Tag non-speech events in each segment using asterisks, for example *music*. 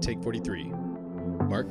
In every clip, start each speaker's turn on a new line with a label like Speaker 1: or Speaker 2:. Speaker 1: take 43. Mark?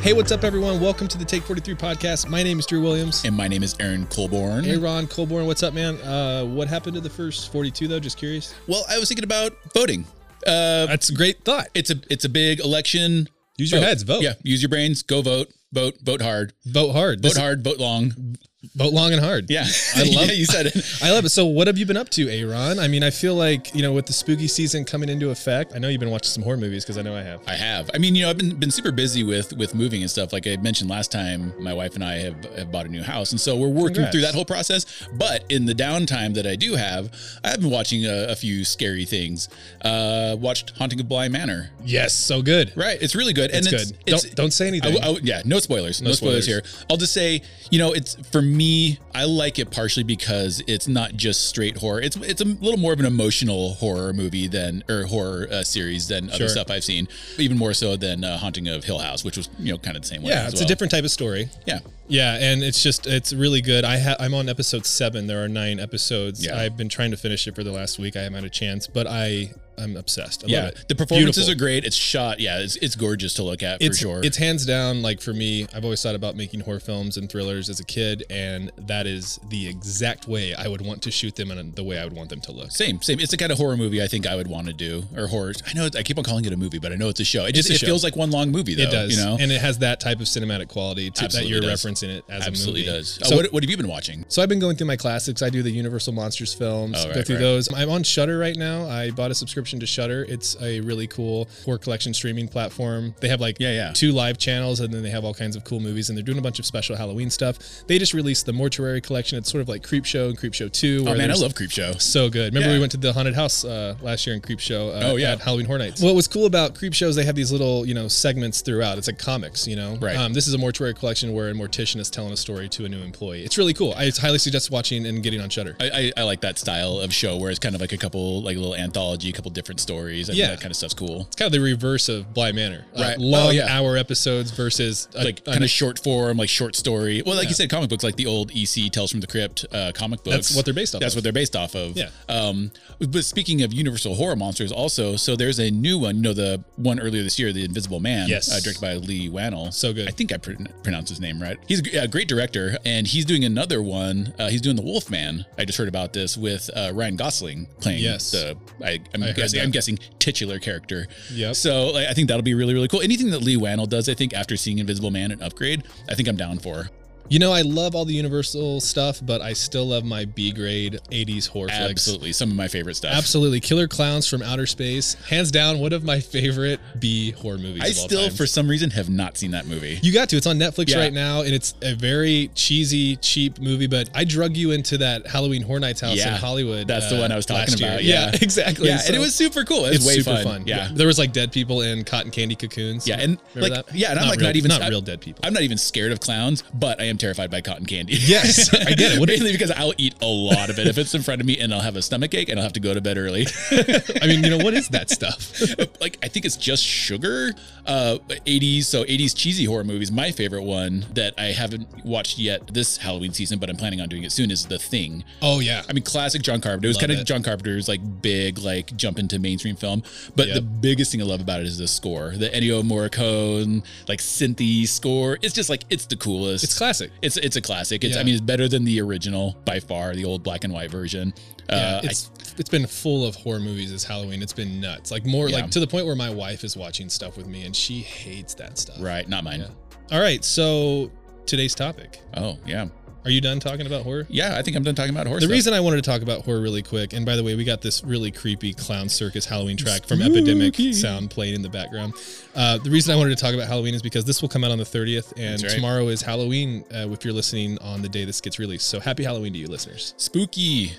Speaker 1: Hey, what's up, everyone? Welcome to the Take 43 podcast. My name is Drew Williams.
Speaker 2: And my name is Aaron Colborn.
Speaker 1: Hey, Ron Colborn, what's up, man? Uh, what happened to the first 42, though? Just curious.
Speaker 2: Well, I was thinking about voting. Uh,
Speaker 1: That's a great thought.
Speaker 2: it's a it's a big election.
Speaker 1: Use your heads, vote.
Speaker 2: Yeah, use your brains. Go vote. Vote. Vote hard.
Speaker 1: Vote hard.
Speaker 2: Vote
Speaker 1: This-
Speaker 2: hard. Vote long.
Speaker 1: Vote long and hard.
Speaker 2: Yeah, *laughs*
Speaker 1: I love-
Speaker 2: yeah, you said it.
Speaker 1: I love it. So, what have you been up to, Aaron? I mean, I feel like, you know, with the spooky season coming into effect, I know you've been watching some horror movies because I know I have.
Speaker 2: I have. I mean, you know, I've been been super busy with with moving and stuff. Like I mentioned last time, my wife and I have, have bought a new house, and so we're working
Speaker 1: Congrats.
Speaker 2: through that whole process. But in the downtime that I do have, I've been watching a, a few scary things. Uh, watched Haunting of Bly Manor.
Speaker 1: Yes. So good.
Speaker 2: Right, it's really good,
Speaker 1: It's
Speaker 2: and
Speaker 1: good.
Speaker 2: it's, it's
Speaker 1: don't, don't say
Speaker 2: I
Speaker 1: anything.
Speaker 2: w- I w- yeah, no spoilers. No,
Speaker 1: No
Speaker 2: spoilers.
Speaker 1: spoilers.
Speaker 2: here. I'll just say, you know, it's for me, I like it partially because it's not just straight horror. It's it's a little more of an emotional horror movie than or horror uh, series than
Speaker 1: Sure.
Speaker 2: other stuff I've seen, even more so than uh, Haunting of Hill House, which was you know kind of the same way.
Speaker 1: yeah,
Speaker 2: as
Speaker 1: it's a
Speaker 2: well.
Speaker 1: different type of story.
Speaker 2: Yeah,
Speaker 1: Yeah, and it's just it's really good. I ha- I'm on episode seven. There are nine episodes.
Speaker 2: Yeah.
Speaker 1: I've been trying to finish it for the last week. I haven't had a chance, but I I'm obsessed. I love
Speaker 2: yeah.
Speaker 1: it.
Speaker 2: The performances
Speaker 1: Beautiful.
Speaker 2: are great. It's shot. Yeah, it's it's gorgeous to look at
Speaker 1: It's
Speaker 2: for sure.
Speaker 1: it's hands down like for me. I've always thought about making horror films and thrillers as a kid, and that is the exact way I would want to shoot them and the way I would want them to look.
Speaker 2: Same, same. It's the kind of horror movie I think I would want to do, or horror. I know it's, I keep on calling it a movie, but I know it's a show. It just
Speaker 1: a
Speaker 2: it
Speaker 1: show.
Speaker 2: feels like one long movie, though.
Speaker 1: it does,
Speaker 2: You know,
Speaker 1: and it has that type of cinematic quality to, that
Speaker 2: Absolutely
Speaker 1: you're
Speaker 2: does.
Speaker 1: referencing it as
Speaker 2: absolutely
Speaker 1: a movie.
Speaker 2: does.
Speaker 1: So
Speaker 2: oh, what, what have you been watching?
Speaker 1: So I've been going through my classics. I do the Universal Monsters films,
Speaker 2: Oh, right,
Speaker 1: go through
Speaker 2: right.
Speaker 1: those. I'm on Shutter right now. I bought a subscription to Shutter. It's a really cool horror collection streaming platform. They have like
Speaker 2: Yeah, yeah.
Speaker 1: two live channels and then they have all kinds of cool movies and they're doing a bunch of special Halloween stuff. They just released the Mortuary collection. It's sort of like Creep Show and Creep Show 2.
Speaker 2: Oh
Speaker 1: where
Speaker 2: man, I
Speaker 1: there's-
Speaker 2: love Creep Show.
Speaker 1: so good. Remember
Speaker 2: Yeah.
Speaker 1: we went to the haunted house uh, last year in Creep Show. Uh,
Speaker 2: Oh, yeah.
Speaker 1: at Halloween Horror Nights. What was cool about Creep Shows? They have these little you know segments throughout. It's like comics, you know.
Speaker 2: Right.
Speaker 1: Um, this is a mortuary collection where a mortician is telling a story to a new employee. It's really cool. I highly suggest watching and getting on Shutter.
Speaker 2: I, I, I like that style of show where it's kind of like a couple like a little anthology, a couple different stories. I
Speaker 1: Yeah.
Speaker 2: think that kind of stuff's cool.
Speaker 1: It's kind of the reverse of Bly Manor. Uh,
Speaker 2: Right.
Speaker 1: long
Speaker 2: Oh, yeah.
Speaker 1: hour episodes versus a-
Speaker 2: Like
Speaker 1: a-
Speaker 2: kind of short form, like short story. Well, like you said, comic books, like the old EC Tells from the Crypt uh, comic books.
Speaker 1: what they're based off
Speaker 2: That's
Speaker 1: of.
Speaker 2: what they're based off of.
Speaker 1: Yeah.
Speaker 2: Um, but speaking of Universal horror monsters, also, so there's a new one. You know, the one earlier this year, The Invisible Man.
Speaker 1: Yes.
Speaker 2: Uh, directed by Lee Wannell.
Speaker 1: So good.
Speaker 2: I think I pr- pronounced his name right. He's a g- a great director, and he's doing another one. Uh, he's doing The Wolfman. I just heard about this with uh, Ryan Gosling playing
Speaker 1: Yes.
Speaker 2: the. I, I'm,
Speaker 1: I heard
Speaker 2: guessing,
Speaker 1: that.
Speaker 2: I'm guessing titular character.
Speaker 1: Yep.
Speaker 2: So like, I think that'll be really, really cool. Anything that Lee Wannell does, I think after seeing Invisible Man and Upgrade, I think I'm down for.
Speaker 1: you know I love all the Universal stuff, but I still love my B grade '80s horror flicks.
Speaker 2: Absolutely, some of my favorite stuff.
Speaker 1: Absolutely, Killer Clowns from Outer Space, hands down one of my favorite B horror movies.
Speaker 2: I
Speaker 1: of all
Speaker 2: still,
Speaker 1: time.
Speaker 2: for some reason, have not seen that movie.
Speaker 1: You got to. It's on Netflix
Speaker 2: Yeah.
Speaker 1: right now, and it's a very cheesy, cheap movie. But I drug you into that Halloween Horror Nights house
Speaker 2: Yeah.
Speaker 1: in Hollywood. uh,
Speaker 2: That's the one I was talking
Speaker 1: last year.
Speaker 2: about, *laughs* yeah.
Speaker 1: *laughs* exactly.
Speaker 2: yeah,
Speaker 1: So
Speaker 2: and it was super cool. It was
Speaker 1: It's
Speaker 2: way
Speaker 1: super
Speaker 2: fun. Yeah.
Speaker 1: there was like dead people in cotton candy cocoons.
Speaker 2: Yeah, and
Speaker 1: Remember
Speaker 2: like
Speaker 1: that?
Speaker 2: yeah, and I'm like
Speaker 1: real-
Speaker 2: not even
Speaker 1: not
Speaker 2: I-
Speaker 1: real dead people.
Speaker 2: I'm not even scared of clowns, but I am terrified by cotton candy.
Speaker 1: *laughs* Yes, I get
Speaker 2: *laughs*
Speaker 1: it. What-
Speaker 2: Mainly because I'll eat a lot of it if it's in front of me, and I'll have a stomach ache, and I'll have to go to bed early.
Speaker 1: I mean, you know what is that stuff? *laughs*
Speaker 2: *laughs* like I think it's just sugar. Uh, 80s, so 80s cheesy horror movies. My favorite one that I haven't watched yet this Halloween season, but I'm planning on doing it soon is The Thing.
Speaker 1: Oh yeah,
Speaker 2: I mean, classic John Carpenter. It was
Speaker 1: Love
Speaker 2: kind of
Speaker 1: it.
Speaker 2: John Carpenter's like big like jump into mainstream film. But
Speaker 1: Yep.
Speaker 2: the biggest thing I love about it is the score, the Ennio Morricone like synthy score. It's just like it's the coolest.
Speaker 1: it's classic.
Speaker 2: It's it's a classic. It's I
Speaker 1: Yeah.
Speaker 2: mean it's better than the original by far, the old black and white version.
Speaker 1: Yeah,
Speaker 2: Uh, I-
Speaker 1: it's it's been full of horror movies this Halloween. It's been nuts. Like more
Speaker 2: Yeah.
Speaker 1: like to the point where my wife is watching stuff with me and she hates that stuff.
Speaker 2: right, not mine.
Speaker 1: All right, so today's topic.
Speaker 2: Oh yeah,
Speaker 1: Are you done talking about horror?
Speaker 2: yeah. I think I'm done talking about horse.
Speaker 1: The reason I wanted to talk about horror really quick, and by the way, we got this really creepy clown circus Halloween track from Epidemic
Speaker 2: Spooky.
Speaker 1: sound playing in the background. Uh, the reason I wanted to talk about Halloween is because this will come out on the 30th, and
Speaker 2: That's right.
Speaker 1: tomorrow is Halloween uh, if you're listening on the day this gets released. So happy Halloween to
Speaker 2: *laughs*
Speaker 1: you, listeners.
Speaker 2: spooky.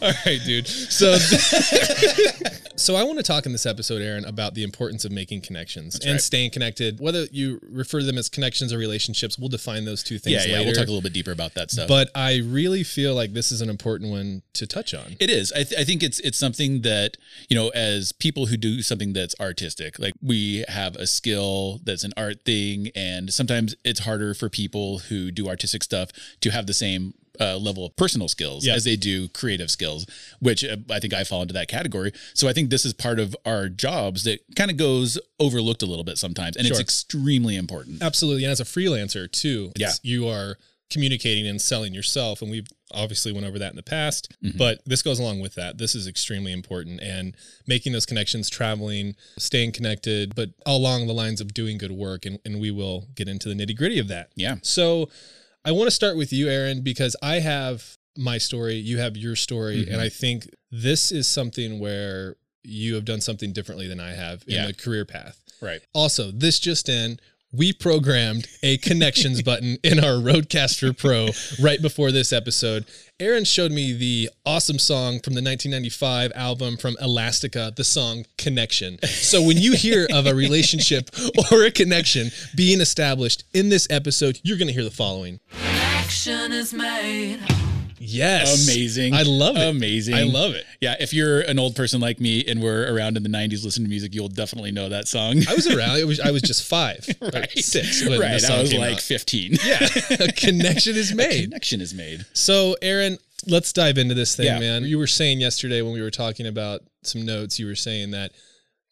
Speaker 1: All right, dude. So, *laughs* so I want to talk in this episode, Aaron, about the importance of making connections and
Speaker 2: right.
Speaker 1: staying connected. Whether you refer to them as connections or relationships, we'll define those two things
Speaker 2: yeah, yeah.
Speaker 1: later.
Speaker 2: We'll talk a little bit deeper about that stuff.
Speaker 1: but I really feel like this is an important one to touch on.
Speaker 2: It is. I, th- I think it's it's something that you know, as people who do something that's artistic, like we have a skill that's an art thing, and sometimes it's harder for people who do artistic stuff to have the same uh, level of personal skills
Speaker 1: Yeah.
Speaker 2: as they do creative skills, which uh, I think I fall into that category. So I think this is part of our jobs that kind of goes overlooked a little bit sometimes, and it's
Speaker 1: Sure.
Speaker 2: extremely important.
Speaker 1: Absolutely. And as a freelancer too, it's- you are communicating and selling yourself. And we've obviously went over that in the past,
Speaker 2: Mhm.
Speaker 1: but this goes along with that. This is extremely important and making those connections, traveling, staying connected, but along the lines of doing good work. And, and we will get into the nitty gritty of that.
Speaker 2: Yeah.
Speaker 1: So I want to start with you, Aaron, because I have my story, you have your story.
Speaker 2: Mhm.
Speaker 1: And I think this is something where you have done something differently than I have in
Speaker 2: Yeah.
Speaker 1: the career path.
Speaker 2: Right.
Speaker 1: Also, this just in, we programmed a
Speaker 2: *laughs*
Speaker 1: connections button in our Roadcaster Pro right before this episode. Aaron showed me the awesome song from the 1995 album from Elastica, the song Connection. So when you hear of a relationship
Speaker 2: *laughs*
Speaker 1: or a connection being established in this episode, you're going to hear the following.
Speaker 3: Action is made.
Speaker 1: Yes.
Speaker 2: Amazing.
Speaker 1: I love it.
Speaker 2: Amazing.
Speaker 1: I love it.
Speaker 2: Yeah, if you're an old person like me and were around in the 90s listening to music, you'll definitely know that song.
Speaker 1: I was around. It was, I was just five
Speaker 2: *laughs* Right.
Speaker 1: or six when
Speaker 2: right.
Speaker 1: the song
Speaker 2: I was
Speaker 1: came
Speaker 2: like
Speaker 1: out.
Speaker 2: 15.
Speaker 1: yeah, a connection is made.
Speaker 2: *laughs* Connection is made.
Speaker 1: So, Aaron, let's dive into this thing,
Speaker 2: Yeah.
Speaker 1: man. You were saying yesterday when we were talking about some notes, you were saying that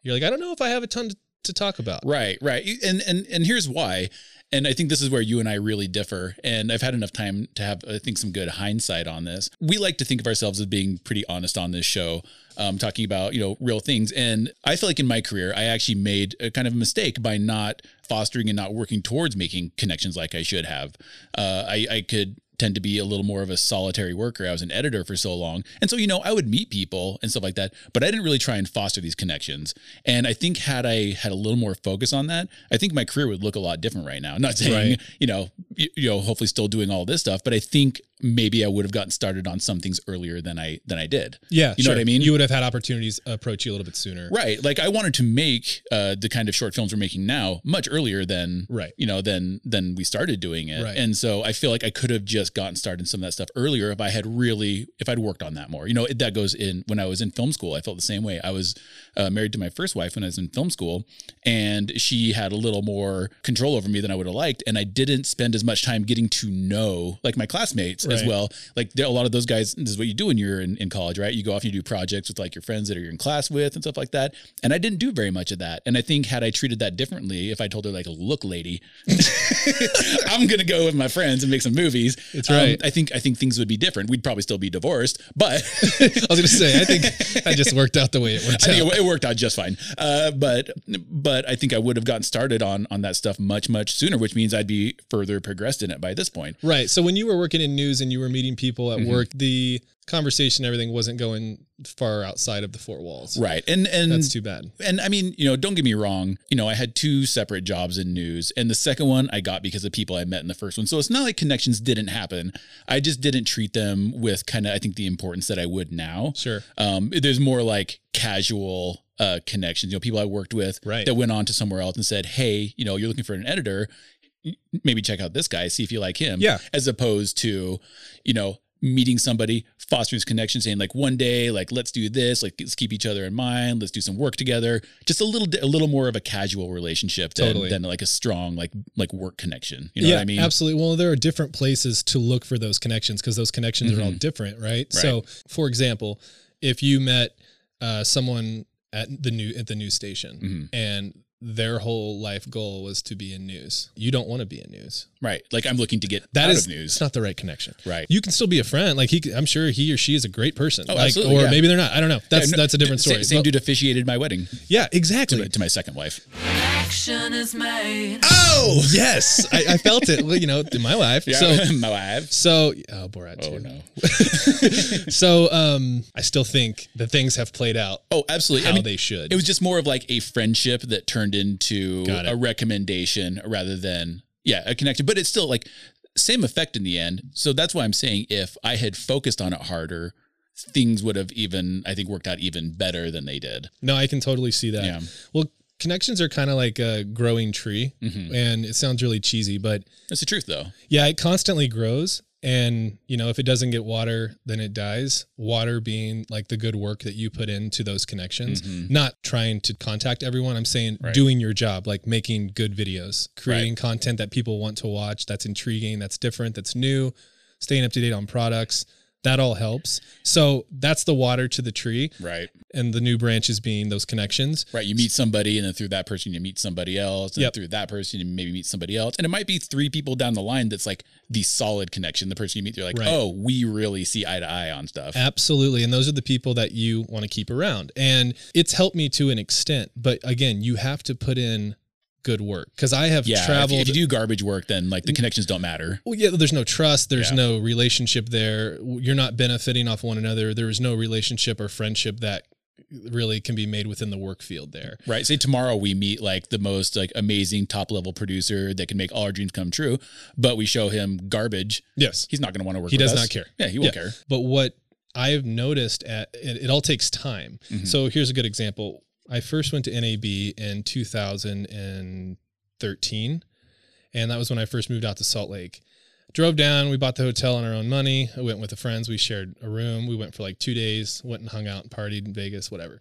Speaker 1: you're like, I don't know if I have a ton to, to talk about.
Speaker 2: Right, right. And and and here's why. And I think this is where you and I really differ. And I've had enough time to have, I think, some good hindsight on this. We like to think of ourselves as being pretty honest on this show, um, talking about you know real things. And I feel like in my career, I actually made a kind of mistake by not fostering and not working towards making connections like I should have. Uh, I, I could tend to be a little more of a solitary worker. I was an editor for so long. And so, you know, I would meet people and stuff like that, but I didn't really try and foster these connections. And I think had I had a little more focus on that, I think my career would look a lot different right now. Not saying,
Speaker 1: Right.
Speaker 2: you know, you, you know, hopefully still doing all this stuff, but I think maybe I would have gotten started on some things earlier than I than I did.
Speaker 1: Yeah.
Speaker 2: You know what I mean?
Speaker 1: You would have had opportunities approach you a little bit sooner.
Speaker 2: Right. Like I wanted to make uh, the kind of short films we're making now much earlier than
Speaker 1: Right.
Speaker 2: you know than than we started doing it.
Speaker 1: Right.
Speaker 2: And so I feel like I could have just gotten started in some of that stuff earlier if I had really if I'd worked on that more. You know, it, that goes in when I was in film school. I felt the same way. I was uh, married to my first wife when I was in film school, and she had a little more control over me than I would have liked, and I didn't spend as much time getting to know like my classmates as
Speaker 1: Right.
Speaker 2: well well. Like there, a lot of those guys, this is what you do when you're in, in college, right? You go off and you do projects with like your friends that are you're in class with and stuff like that. And I didn't do very much of that. And I think had I treated that differently, if I told her like, look, lady, I'm gonna go with my friends and make some movies. That's
Speaker 1: right.
Speaker 2: I think I think things would be different. We'd probably still be divorced, but *laughs*
Speaker 1: I was going to say, I think I just worked out the way it worked
Speaker 2: I
Speaker 1: out.
Speaker 2: think it, it worked out just fine. Uh, but but I think I would have gotten started on on that stuff much much sooner, which means I'd be further progressed in it by this point.
Speaker 1: right. So, when you were working in news and you were meeting people at
Speaker 2: Mm-hmm.
Speaker 1: work, the conversation, everything wasn't going far outside of the four walls.
Speaker 2: Right. And and
Speaker 1: That's too bad.
Speaker 2: and I mean, you know, don't get me wrong. You know, I had two separate jobs in news, and the second one I got because of people I met in the first one. So it's not like connections didn't happen. I just didn't treat them with kind of, I think, the importance that I would now.
Speaker 1: Sure.
Speaker 2: Um, there's more like casual uh, connections, you know, people I worked with
Speaker 1: Right.
Speaker 2: that went on to somewhere else and said, hey, you know, you're looking for an editor. Maybe check out this guy, see if you like him.
Speaker 1: Yeah.
Speaker 2: As opposed to, you know, meeting somebody, fostering this connection, saying like one day, like let's do this, like let's keep each other in mind, let's do some work together. Just a little, di- a little more of a casual relationship than,
Speaker 1: Totally.
Speaker 2: than like a strong like like work connection. You know what I mean?
Speaker 1: Absolutely. Well, there are different places to look for those connections because those connections are all
Speaker 2: Mm-hmm.
Speaker 1: different, right? So, for example, if you met uh, someone at the new at the news station
Speaker 2: Mhm.
Speaker 1: and their whole life goal was to be in news, you don't want to be in news.
Speaker 2: Right. Like I'm looking to get
Speaker 1: That
Speaker 2: out
Speaker 1: is
Speaker 2: of
Speaker 1: It's
Speaker 2: news.
Speaker 1: not the right connection.
Speaker 2: Right.
Speaker 1: You can still be a friend. Like he, c- I'm sure he or she is a great person.
Speaker 2: Oh,
Speaker 1: like,
Speaker 2: absolutely,
Speaker 1: or
Speaker 2: yeah.
Speaker 1: maybe they're not. I don't know. That's
Speaker 2: Yeah, no,
Speaker 1: that's a different
Speaker 2: sa-
Speaker 1: story.
Speaker 2: Same
Speaker 1: But-
Speaker 2: dude officiated my wedding
Speaker 1: Yeah,
Speaker 2: to,
Speaker 1: exactly.
Speaker 2: to my second wife.
Speaker 3: Action is made.
Speaker 1: Oh yes, I, I felt it. You know, in my
Speaker 2: *laughs*
Speaker 1: life. So
Speaker 2: my wife.
Speaker 1: so oh, Borat.
Speaker 2: Oh
Speaker 1: too.
Speaker 2: no.
Speaker 1: So um, I still think that things have played out
Speaker 2: Oh, absolutely. I
Speaker 1: how
Speaker 2: mean,
Speaker 1: they should.
Speaker 2: it was just more of like a friendship that turned into
Speaker 1: Got it.
Speaker 2: a recommendation rather than yeah a connection but it's still like same effect in the end so that's why i'm saying if i had focused on it harder things would have even I think worked out even better than they did.
Speaker 1: No, I can totally see that.
Speaker 2: Yeah.
Speaker 1: Well, connections are kind of like a growing tree, and it sounds really cheesy, but
Speaker 2: That's the truth though.
Speaker 1: yeah, it constantly grows. And you know, if it doesn't get water, then it dies. Water being like the good work that you put into those connections, not trying to contact everyone. I'm saying
Speaker 2: Right.
Speaker 1: doing your job, like making good videos, creating content that people want to watch, that's intriguing, that's different, that's new, staying up to date on products. That all helps. So that's the water to the tree,
Speaker 2: Right.
Speaker 1: and the new branches being those connections.
Speaker 2: Right. You meet somebody, and then through that person, you meet somebody else, and
Speaker 1: Yep.
Speaker 2: through that person, you maybe meet somebody else. And it might be three people down the line that's like the solid connection. The person you meet, you're like,
Speaker 1: Right.
Speaker 2: oh, we really see eye to eye on stuff.
Speaker 1: Absolutely. And those are the people that you want to keep around. And it's helped me to an extent. But again, you have to put in good work because I have
Speaker 2: yeah. if-
Speaker 1: traveled. Mm.
Speaker 2: If, you do garbage work, then like the connections don't matter.
Speaker 1: well, yeah, there's no trust. There's
Speaker 2: Yeah.
Speaker 1: no relationship there. You're not benefiting off one another. There is no relationship or friendship that really can be made within the work field there.
Speaker 2: Right. Say tomorrow we meet like the most like amazing top level producer that can make all our dreams come true, but we show him garbage.
Speaker 1: Yes.
Speaker 2: He's not going to want to work.
Speaker 1: He
Speaker 2: with
Speaker 1: does
Speaker 2: us.
Speaker 1: not care.
Speaker 2: Yeah, he won't care.
Speaker 1: But what I've noticed at it, it all takes time.
Speaker 2: Mhm.
Speaker 1: So here's a good example. I first went to NAB in 2013, and that was when I first moved out to Salt Lake. Drove down, we bought the hotel on our own money. I went with the friends, we shared a room. We went for like two days, went and hung out and partied in Vegas, whatever.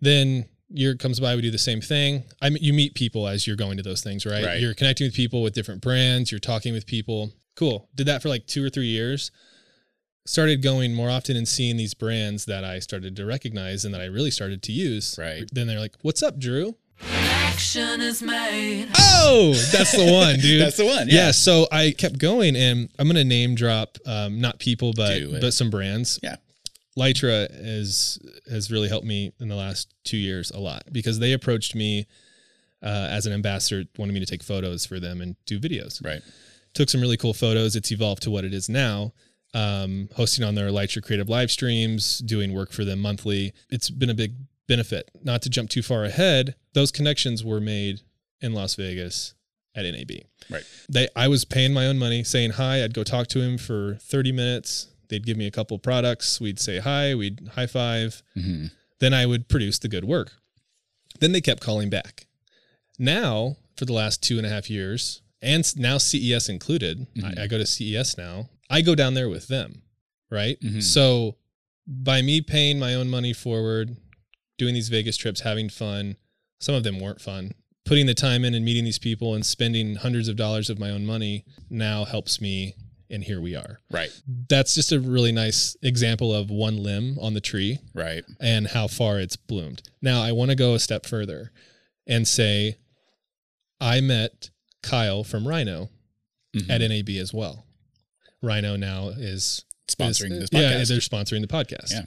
Speaker 1: Then year comes by, we do the same thing. I mean, you meet people as you're going to those things, right?
Speaker 2: Right.
Speaker 1: You're connecting with people with different brands, you're talking with people. Cool. Did that for like two or three years started going more often and seeing these brands that I started to recognize and that I really started to use.
Speaker 2: Right.
Speaker 1: Then they're like, "What's up, Drew?"
Speaker 3: Connection is made.
Speaker 1: Oh, that's the
Speaker 2: *laughs*
Speaker 1: one, dude.
Speaker 2: That's the one.
Speaker 1: yeah.
Speaker 2: Yeah.
Speaker 1: So I kept going, and I'm gonna name drop um, not people, but
Speaker 2: Do it.
Speaker 1: but some brands.
Speaker 2: Yeah.
Speaker 1: Lytra has has really helped me in the last two years a lot because they approached me uh, as an ambassador, wanted me to take photos for them and do videos
Speaker 2: Right.
Speaker 1: took some really cool photos. It's evolved to what it is now. Um, hosting on their Elytra Creative live streams, doing work for them monthly. It's been a big benefit. Not to jump too far ahead, those connections were made in Las Vegas at NAB.
Speaker 2: Right.
Speaker 1: They, I was paying my own money, saying hi. I'd go talk to him for 30 minutes. They'd give me a couple products. We'd say hi. We'd high five.
Speaker 2: Mhm.
Speaker 1: Then I would produce the good work. Then they kept calling back. Now, for the last two and a half years, and s- now CES included, I, I go to CES now. I go down there with them, right?
Speaker 2: Mhm.
Speaker 1: So, by me paying my own money forward, doing these Vegas trips, having fun, some of them weren't fun. Putting the time in and meeting these people and spending hundreds of dollars of my own money now helps me. And here we are.
Speaker 2: Right.
Speaker 1: That's just a really nice example of one limb on the tree
Speaker 2: Right.
Speaker 1: and how far it's bloomed. Now, I want to go a step further and say I met Kyle from Rhino
Speaker 2: Mhm.
Speaker 1: at NAB as well. Rhino now is
Speaker 2: Sponsoring
Speaker 1: is-
Speaker 2: this podcast.
Speaker 1: Yeah, they're sponsoring the podcast.
Speaker 2: Yeah.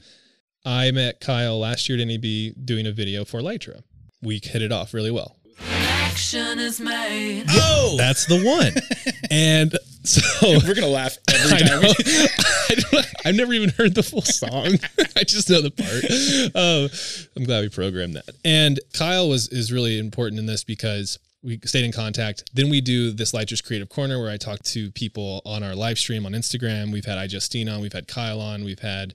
Speaker 1: I met Kyle last year at NAB doing a video for Lytra. We hit it off really well.
Speaker 3: Connection is made.
Speaker 2: oh,
Speaker 1: That's the one.
Speaker 2: *laughs*
Speaker 1: and so
Speaker 2: we're gonna laugh
Speaker 1: *laughs*
Speaker 2: every
Speaker 1: I
Speaker 2: time. we-
Speaker 1: know. I don't, I've never even heard the full song. *laughs* I just know the part. Um, I'm glad we programmed that. And Kyle was is really important in this because we stayed in contact. Then we do this Lighter's Creative Corner where I talk to people on our live stream on Instagram. We've had I Justine on, we've had Kyle on, we've had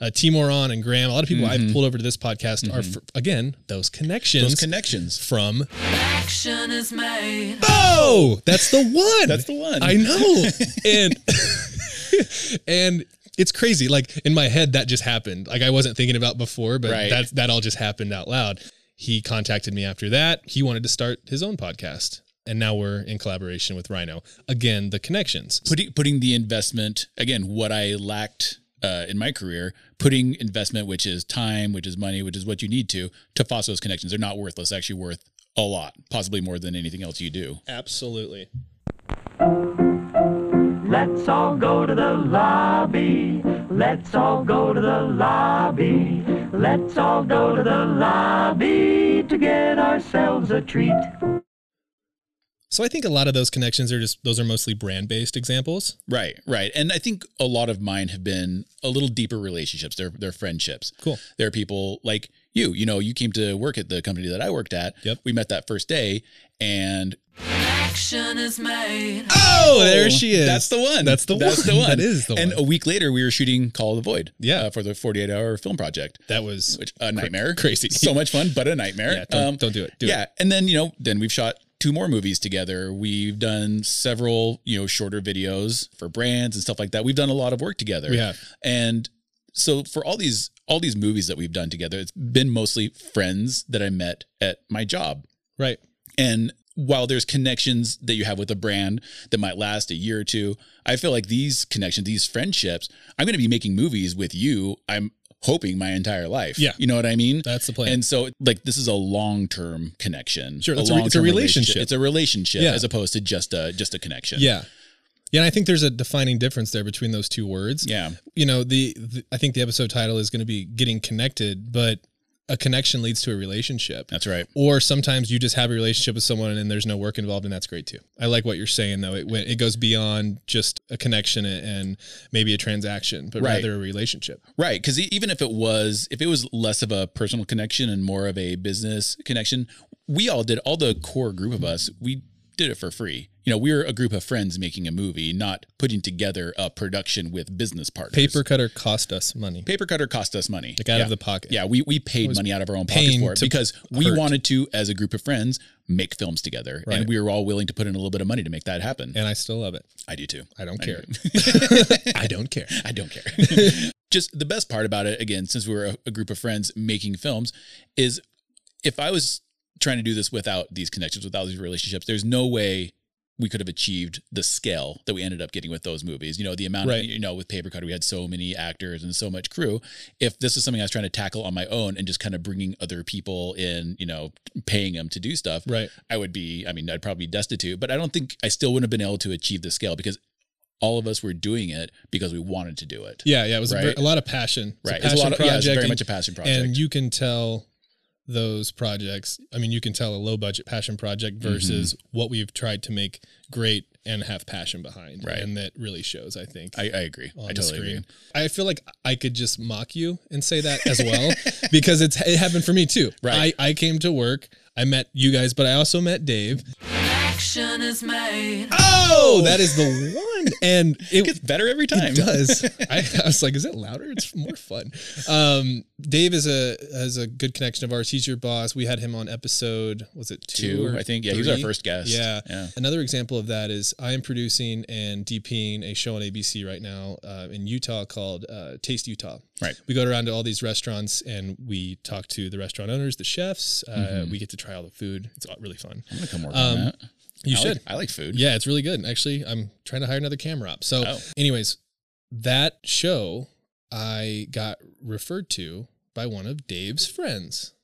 Speaker 1: uh, Timor on, and Graham. A lot of people I've pulled over to this podcast are fr- again those connections
Speaker 2: Mm-hmm. Those connections.
Speaker 1: from.
Speaker 3: Connection is made.
Speaker 1: Oh, that's the one.
Speaker 2: That's the one.
Speaker 1: I know. And *laughs* and it's crazy. Like in my head, that just happened. Like I wasn't thinking about before, but
Speaker 2: Right.
Speaker 1: that that all just happened out loud. He contacted me after that. He wanted to start his own podcast. And now we're in collaboration with Rhino. Again, the connections.
Speaker 2: putting putting the investment again what i lacked uh, in my career putting investment which is time which is money which is what you need to to foster those connections they're not worthless actually worth a lot possibly more than anything else you do
Speaker 1: Absolutely.
Speaker 4: Let's all go to the lobby. Let's all go to the lobby. Let's all go to the lobby to get ourselves a treat.
Speaker 1: So I think a lot of those connections are just those are mostly brand based examples.
Speaker 2: right right and i think a lot of mine have been a little deeper relationships they're, they're friendships
Speaker 1: Cool.
Speaker 2: there are people like you you know you came to work at the company that i worked at
Speaker 1: Yep.
Speaker 2: we met that first day and
Speaker 3: Action is made.
Speaker 1: Oh, there she is.
Speaker 2: That's the one.
Speaker 1: That's the one.
Speaker 2: That's the one.
Speaker 1: That is the
Speaker 2: and
Speaker 1: one.
Speaker 2: a week later, we were shooting Call of the Void.
Speaker 1: Yeah.
Speaker 2: uh, for the 48 hour film project.
Speaker 1: that was
Speaker 2: Which a nightmare,
Speaker 1: crazy.
Speaker 2: *laughs* so much fun, but a nightmare.
Speaker 1: Yeah, don't- don't do it. Do
Speaker 2: Um, yeah, and then you know, then we've shot two more movies together. We've done several you know shorter videos for brands and stuff like that. We've done a lot of work together.
Speaker 1: We have.
Speaker 2: and so for all these all these movies that we've done together, it's been mostly friends that I met at my job.
Speaker 1: right.
Speaker 2: And while there's connections that you have with a brand that might last a year or two, I feel like these connections, these friendships, I'm going to be making movies with you. I'm hoping my entire life.
Speaker 1: Yeah.
Speaker 2: You know what I mean?
Speaker 1: That's the plan.
Speaker 2: And so, like, this is a long-term connection.
Speaker 1: Sure, that's a re- it's a
Speaker 2: long-term
Speaker 1: relationship.
Speaker 2: It's a relationship
Speaker 1: Yeah.
Speaker 2: as opposed to just a just a connection.
Speaker 1: yeah. Yeah, and I think there's a defining difference there between those two words.
Speaker 2: yeah,
Speaker 1: You know, the, the I think the episode title is going to be getting connected, but a connection leads to a relationship.
Speaker 2: that's right.
Speaker 1: Or sometimes you just have a relationship with someone and there's no work involved, and that's great too. I like what you're saying though. It went, it goes beyond just a connection and- and maybe a transaction, but
Speaker 2: Right.
Speaker 1: rather a relationship.
Speaker 2: Right, because even if it was, if it was less of a personal connection and more of a business connection, we all did. All the core group of us, we did it for free. You know, we were a group of friends making a movie, not putting together a production with business partners.
Speaker 1: Paper cutter cost us money,
Speaker 2: paper cutter cost us money.
Speaker 1: like out
Speaker 2: yeah.
Speaker 1: of the pocket.
Speaker 2: yeah, we we paid
Speaker 1: was
Speaker 2: money out of our own pockets
Speaker 1: paying
Speaker 2: for it
Speaker 1: to
Speaker 2: because we
Speaker 1: hurt.
Speaker 2: wanted to, as a group of friends, make films together,
Speaker 1: Right.
Speaker 2: and we were all willing to put in a little bit of money to make that happen.
Speaker 1: and I still love it.
Speaker 2: I do too.
Speaker 1: I don't
Speaker 2: I
Speaker 1: care. *laughs*
Speaker 2: *laughs*
Speaker 1: I don't care.
Speaker 2: I don't care. *laughs* Just the best part about it, again, since we were a, a group of friends making films, is if I was trying to do this without these connections, without these relationships, there's no way we could have achieved the scale that we ended up getting with those movies. You know, the amount
Speaker 1: Right.
Speaker 2: of, you know, with Paper Cutter, we had so many actors and so much crew. If this is something I was trying to tackle on my own and just kind of bringing other people in, you know, paying them to do stuff,
Speaker 1: Right.
Speaker 2: I would be, I mean, I'd probably be destitute, but I don't think I still wouldn't have been able to achieve the scale because all of us were doing it because we wanted to do it.
Speaker 1: Yeah, yeah. It was a, ver-
Speaker 2: Right.
Speaker 1: a lot of passion. It's
Speaker 2: Right.
Speaker 1: a passion
Speaker 2: it's a lot of, yeah, it's
Speaker 1: project,
Speaker 2: very
Speaker 1: and-
Speaker 2: much a passion project.
Speaker 1: And you can tell those projects. I mean, you can tell a low budget passion project
Speaker 2: Mm-hmm.
Speaker 1: versus what we've tried to make great and have passion behind.
Speaker 2: Right.
Speaker 1: And that really shows, I think.
Speaker 2: I, I agree.
Speaker 1: on Oh,
Speaker 2: I
Speaker 1: the
Speaker 2: totally
Speaker 1: screen.
Speaker 2: agree.
Speaker 1: I feel like I could just mock you and say that
Speaker 2: *laughs*
Speaker 1: as well because it's it happened for me too.
Speaker 2: Right.
Speaker 1: I, I came to work. I met you guys, but I also met Dave.
Speaker 2: Oh!
Speaker 3: Action is made.
Speaker 1: Oh, that is the one.
Speaker 2: *laughs*
Speaker 1: And it,
Speaker 2: It's better every *laughs* time.
Speaker 1: It does. *laughs* I, I was like, is it louder? It's more fun. Um, Dave is a is a good connection of ours. He's your boss. We had him on episode was it two?
Speaker 2: Two,
Speaker 1: or
Speaker 2: I think. Yeah, he was our
Speaker 1: three?
Speaker 2: first guest.
Speaker 1: Yeah.
Speaker 2: Yeah.
Speaker 1: Another example of that is I am producing and DPing a show on ABC right now uh, in Utah called uh, Taste Utah.
Speaker 2: Right.
Speaker 1: We go around to all these restaurants and we talk to the restaurant owners, the chefs. Uh,
Speaker 2: Mm-hmm.
Speaker 1: We get to try all the food. It's really fun.
Speaker 2: I'm gonna come work
Speaker 1: Um,
Speaker 2: on that.
Speaker 1: You
Speaker 2: I
Speaker 1: should.
Speaker 2: Like, I like food.
Speaker 1: Yeah, it's really good. Actually, I'm trying to hire another camera op. So,
Speaker 2: Oh.
Speaker 1: anyways, that show I got referred to by one of Dave's friends,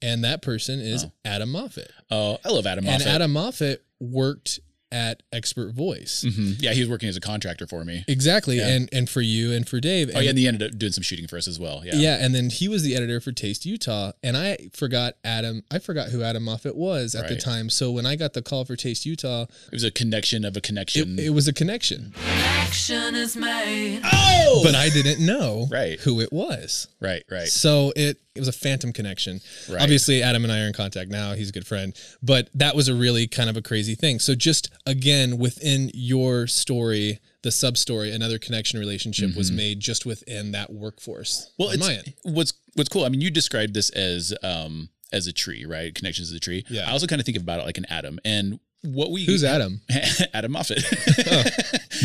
Speaker 1: and that person is
Speaker 2: Oh.
Speaker 1: Adam Moffat.
Speaker 2: Oh, I love Adam Moffat.
Speaker 1: And Adam Moffat worked at Expert Voice.
Speaker 2: Mhm. Yeah, he was working as a contractor for me.
Speaker 1: Exactly,
Speaker 2: Yeah.
Speaker 1: and and for you and for Dave.
Speaker 2: Oh, yeah,
Speaker 1: And-
Speaker 2: and he ended up doing some shooting for us as well. Yeah.
Speaker 1: yeah. and then he was the editor for Taste Utah, and I forgot Adam. I forgot who Adam Moffat was at the
Speaker 2: Right.
Speaker 1: time. So when I got the call for Taste Utah,
Speaker 2: It was a connection of a connection.
Speaker 1: it, it was a connection.
Speaker 3: Action is made.
Speaker 2: oh,
Speaker 1: but I didn't know
Speaker 2: *laughs* Right.
Speaker 1: who it was.
Speaker 2: right, right.
Speaker 1: So it it was a phantom connection.
Speaker 2: Right.
Speaker 1: Obviously, Adam and I are in contact now. He's a good friend, but that was a really kind of a crazy thing. So just again within your story, the sub story, another connection relationship was made just within that workforce.
Speaker 2: Mm-hmm. Well,
Speaker 1: on
Speaker 2: it's
Speaker 1: my end.
Speaker 2: what's what's cool. I mean, you described this as um as a tree, right? Connections as a tree.
Speaker 1: Yeah.
Speaker 2: I also kind of think about it like an atom, and what we
Speaker 1: who's Adam?
Speaker 2: *laughs* Adam Moffat. *laughs*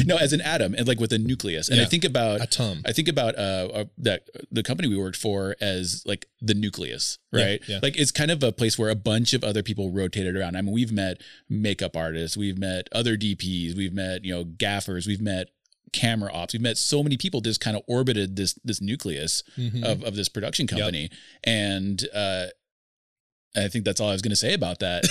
Speaker 2: no, as an atom and like with a nucleus. And I
Speaker 1: Yeah.
Speaker 2: think about
Speaker 1: Atom.
Speaker 2: I think about uh, uh that the company we worked for as like the nucleus,
Speaker 1: Yeah,
Speaker 2: right?
Speaker 1: yeah.
Speaker 2: Like it's kind of a place where a bunch of other people rotated around. I mean, we've met makeup artists, we've met other DPs, we've met, you know, gaffers, we've met camera ops. We've met so many people that just kind of orbited this this nucleus
Speaker 1: Mhm.
Speaker 2: of, of this production company. And uh I think that's all I was going to say about *laughs* that.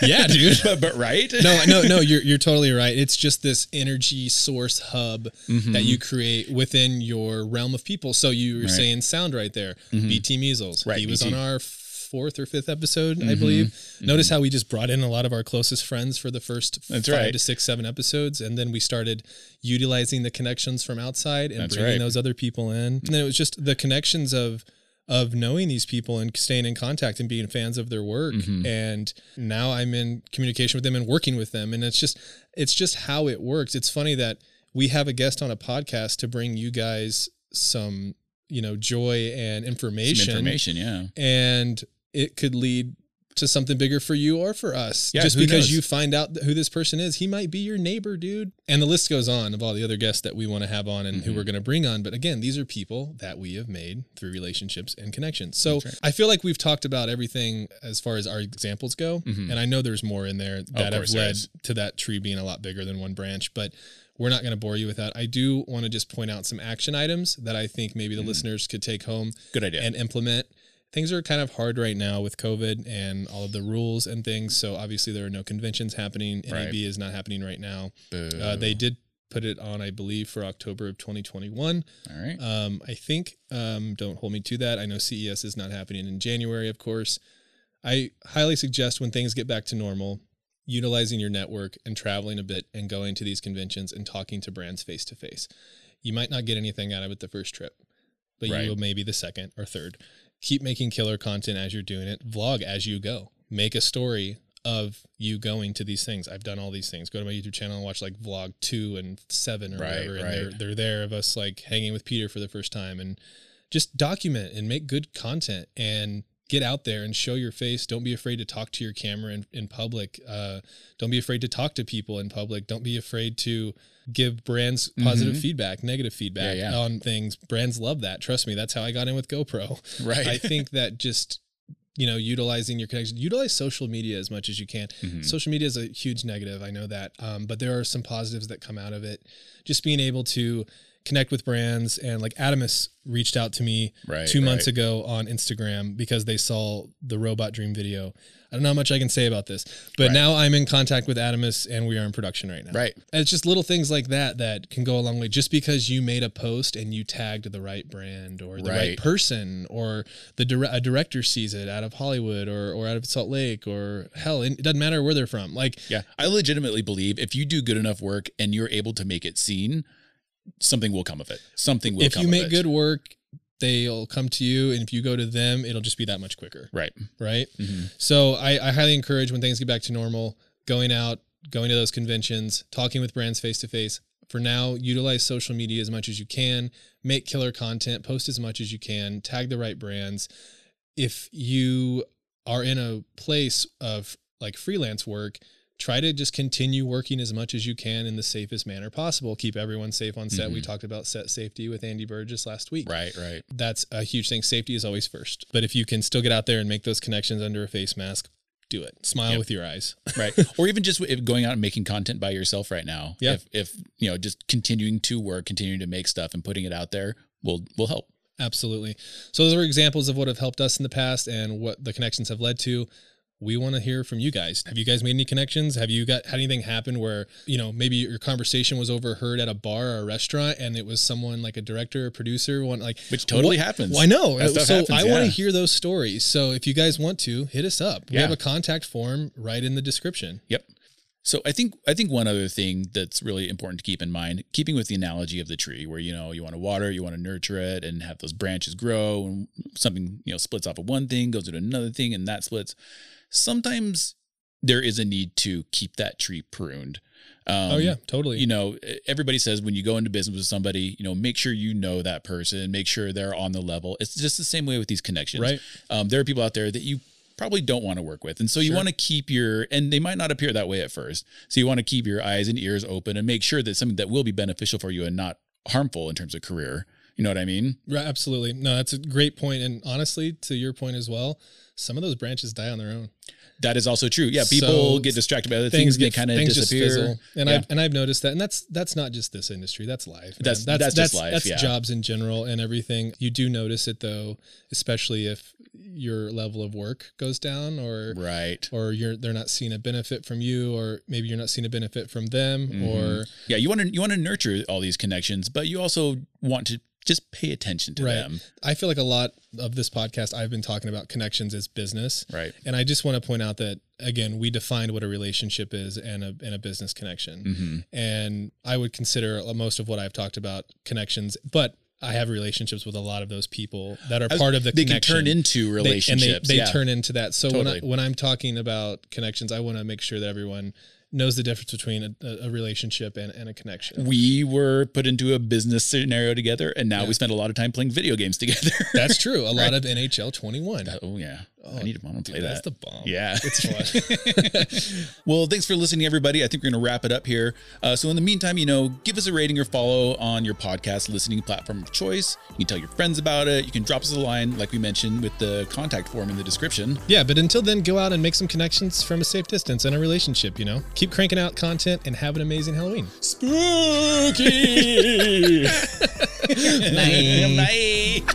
Speaker 1: yeah, dude.
Speaker 2: but, *laughs* but right?
Speaker 1: No, no, no. You're you're totally right. It's just this energy source hub that you create within your realm of people. So you were
Speaker 2: Mm-hmm. Right. Mm-hmm.
Speaker 1: saying sound right there. BT Measles.
Speaker 2: Right, Mm-hmm.
Speaker 1: He was
Speaker 2: BT.
Speaker 1: on our fourth or fifth episode, I believe. Notice how we just brought in a lot of our closest friends for the first
Speaker 2: That's
Speaker 1: five
Speaker 2: right.
Speaker 1: to six, seven episodes, and then we started utilizing the connections from outside and
Speaker 2: That's
Speaker 1: bringing
Speaker 2: right.
Speaker 1: those other people in. And then it was just the connections of of knowing these people and staying in contact and being fans of their work.
Speaker 2: Mhm.
Speaker 1: And now I'm in communication with them and working with them. And it's just it's just how it works. It's funny that we have a guest on a podcast to bring you guys some, you know, joy and
Speaker 2: Some
Speaker 1: information.
Speaker 2: information, yeah.
Speaker 1: And it could lead to something bigger for you or for us.
Speaker 2: Yeah,
Speaker 1: Just
Speaker 2: who
Speaker 1: because
Speaker 2: knows?
Speaker 1: you find out who this person is, he might be your neighbor, dude. And the list goes on of all the other guests that we want to have on and who
Speaker 2: Mhm.
Speaker 1: we're going to bring on. But again, these are people that we have made through relationships and connections. So
Speaker 2: That's right.
Speaker 1: I feel like we've talked about everything as far as our examples go.
Speaker 2: Mhm.
Speaker 1: And I know there's more in there that have
Speaker 2: course there
Speaker 1: led
Speaker 2: is.
Speaker 1: to that tree being a lot bigger than one branch, but we're not going to bore you with that. I do want to just point out some action items that I think maybe the
Speaker 2: Mm.
Speaker 1: listeners could take home
Speaker 2: Good idea.
Speaker 1: and implement. Things are kind of hard right now with COVID and all of the rules and things. So obviously there are no conventions happening.
Speaker 2: Right.
Speaker 1: NAB is not happening right now.
Speaker 2: Boo.
Speaker 1: Uh, they did put it on, I believe, for October of 2021.
Speaker 2: All right.
Speaker 1: Um, I think. Um, don't hold me to that. I know CES is not happening in January, of course. I highly suggest when things get back to normal, utilizing your network and traveling a bit and going to these conventions and talking to brands face to face. You might not get anything out of it the first trip, but
Speaker 2: Right.
Speaker 1: you will maybe the second or third. Keep making killer content as you're doing it. Vlog as you go. Make a story of you going to these things. I've done all these things. Go to my YouTube channel and watch like vlog two and seven or
Speaker 2: Right,
Speaker 1: whatever. And
Speaker 2: right.
Speaker 1: they're, they're there of us like hanging with Peter for the first time and just document and make good content and get out there and show your face. Don't be afraid to talk to your camera in, in public. Uh, don't be afraid to talk to people in public. Don't be afraid to give brands positive
Speaker 2: Mhm.
Speaker 1: feedback, negative feedback
Speaker 2: Yeah, yeah.
Speaker 1: on things. Brands love that. Trust me. That's how I got in with GoPro.
Speaker 2: right. *laughs*
Speaker 1: I think that just, you know, utilizing your connection, utilize social media as much as you can.
Speaker 2: Mhm.
Speaker 1: Social media is a huge negative. I know that. Um, but there are some positives that come out of it. Just being able to connect with brands and like Adamus reached out to me
Speaker 2: right.
Speaker 1: two months
Speaker 2: right.
Speaker 1: ago on Instagram because they saw the robot dream video. I don't know how much I can say about this, but
Speaker 2: Right.
Speaker 1: now I'm in contact with Adamus and we are in production right now.
Speaker 2: Right.
Speaker 1: And it's just little things like that that can go a long way. Just because you made a post and you tagged the right brand or the right,
Speaker 2: Right.
Speaker 1: person or the dire- a director sees it out of Hollywood or or out of Salt Lake or hell, it doesn't matter where they're from. Like
Speaker 2: Yeah. I legitimately believe if you do good enough work and you're able to make it seen, something will come of it. Something will
Speaker 1: if
Speaker 2: come
Speaker 1: you
Speaker 2: of
Speaker 1: make
Speaker 2: it.
Speaker 1: good work, they'll come to you, and if you go to them, it'll just be that much quicker,
Speaker 2: Right.
Speaker 1: right?
Speaker 2: Mhm.
Speaker 1: So I, I highly encourage when things get back to normal, going out, going to those conventions, talking with brands face to face. For now, utilize social media as much as you can, make killer content, post as much as you can, tag the right brands. If you are in a place of like freelance work, try to just continue working as much as you can in the safest manner possible. Keep everyone safe on set. We
Speaker 2: Mhm.
Speaker 1: talked about set safety with Andy Burgess last week
Speaker 2: Right. *laughs* Right.
Speaker 1: that's a huge thing. Safety is always first. But if you can still get out there and make those connections under a face mask, do it. Smile
Speaker 2: Yep.
Speaker 1: with your eyes. *laughs*
Speaker 2: right or even just if going out and making content by yourself right now
Speaker 1: Yeah.
Speaker 2: if, if you know just continuing to work continuing to make stuff and putting it out there will will help
Speaker 1: Absolutely. So those are examples of what have helped us in the past and what the connections have led to. We want to hear from you guys. Have you guys made any connections? Have you got had anything happen where, you know, maybe your conversation was overheard at a bar or a restaurant and it was someone like a director or producer, one like
Speaker 2: which totally
Speaker 1: What-
Speaker 2: happens
Speaker 1: Well, I know.
Speaker 2: That stuff
Speaker 1: so
Speaker 2: happens,
Speaker 1: I want to
Speaker 2: yeah.
Speaker 1: hear those stories. So if you guys want to, hit us up. We
Speaker 2: Yeah.
Speaker 1: have a contact form right in the description.
Speaker 2: Yep. So I think I think one other thing that's really important to keep in mind, keeping with the analogy of the tree, where you know you want to water, you want to nurture it, and have those branches grow, and something you know splits off of one thing, goes into another thing, and that splits. Sometimes there is a need to keep that tree pruned. Um,
Speaker 1: oh yeah, totally.
Speaker 2: you know e, everybody says when you go into business with somebody you know make sure you know that person make sure they're on the level it's just the same way with these connections
Speaker 1: Right.
Speaker 2: um, there are people out there that you probably don't want to work with and so you
Speaker 1: Sure.
Speaker 2: want to keep your and they might not appear that way at first so you want to keep your eyes and ears open and make sure that something that will be beneficial for you and not harmful in terms of career you know what i mean
Speaker 1: Right, absolutely. No, that's a great point. And honestly, to your point as well, some of those branches die on their own.
Speaker 2: that is also true yeah
Speaker 1: So
Speaker 2: people get distracted by other things, and they kind of
Speaker 1: just
Speaker 2: disappear
Speaker 1: fizzle. And
Speaker 2: Yeah.
Speaker 1: I've and I've noticed that. And that's that's not just this industry. That's life. man.
Speaker 2: That's- that's just life,
Speaker 1: That's
Speaker 2: yeah.
Speaker 1: jobs in general and everything. You do notice it though, especially if your level of work goes down or
Speaker 2: right
Speaker 1: or you're they're not seeing a benefit from you, or maybe you're not seeing a benefit from them,
Speaker 2: Mm-hmm.
Speaker 1: or
Speaker 2: yeah you want to you want to nurture all these connections but you also want to just pay attention to
Speaker 1: Right.
Speaker 2: them
Speaker 1: I feel like a lot of this podcast I've been talking about connections as business.
Speaker 2: Right.
Speaker 1: And I just want to point out that again, we defined what a relationship is and a and a business connection.
Speaker 2: Mm-hmm.
Speaker 1: And I would consider most of what I've talked about connections, but I have relationships with a lot of those people that are
Speaker 2: I was-
Speaker 1: part of the
Speaker 2: they
Speaker 1: connection.
Speaker 2: can turn into
Speaker 1: They-
Speaker 2: relationships
Speaker 1: and they, they
Speaker 2: yeah.
Speaker 1: turn into that. So
Speaker 2: Totally.
Speaker 1: when I, when I'm talking about connections, I want to make sure that everyone knows the difference between a, a, a relationship and, and a
Speaker 2: *laughs*
Speaker 1: connection.
Speaker 2: we were put into a business scenario together and now we spend a lot of time playing video games *laughs* together
Speaker 1: That's true. A lot of NHL 21.
Speaker 2: oh yeah i need to I wanna play
Speaker 1: Dude,
Speaker 2: that
Speaker 1: That's the bomb.
Speaker 2: yeah
Speaker 1: It's fun.
Speaker 2: *laughs* Well, thanks for listening, everybody. I think we're going to wrap it up here. Uh, so, in the meantime, you know, give us a rating or follow on your podcast listening platform of choice. You can tell your friends about it. You can drop us a line, like we mentioned, with the contact form in the description.
Speaker 1: Yeah, but until then, go out and make some connections from a safe distance and a relationship, you know? Keep cranking out content and have an amazing Halloween.
Speaker 2: *laughs* Spooky. Bye.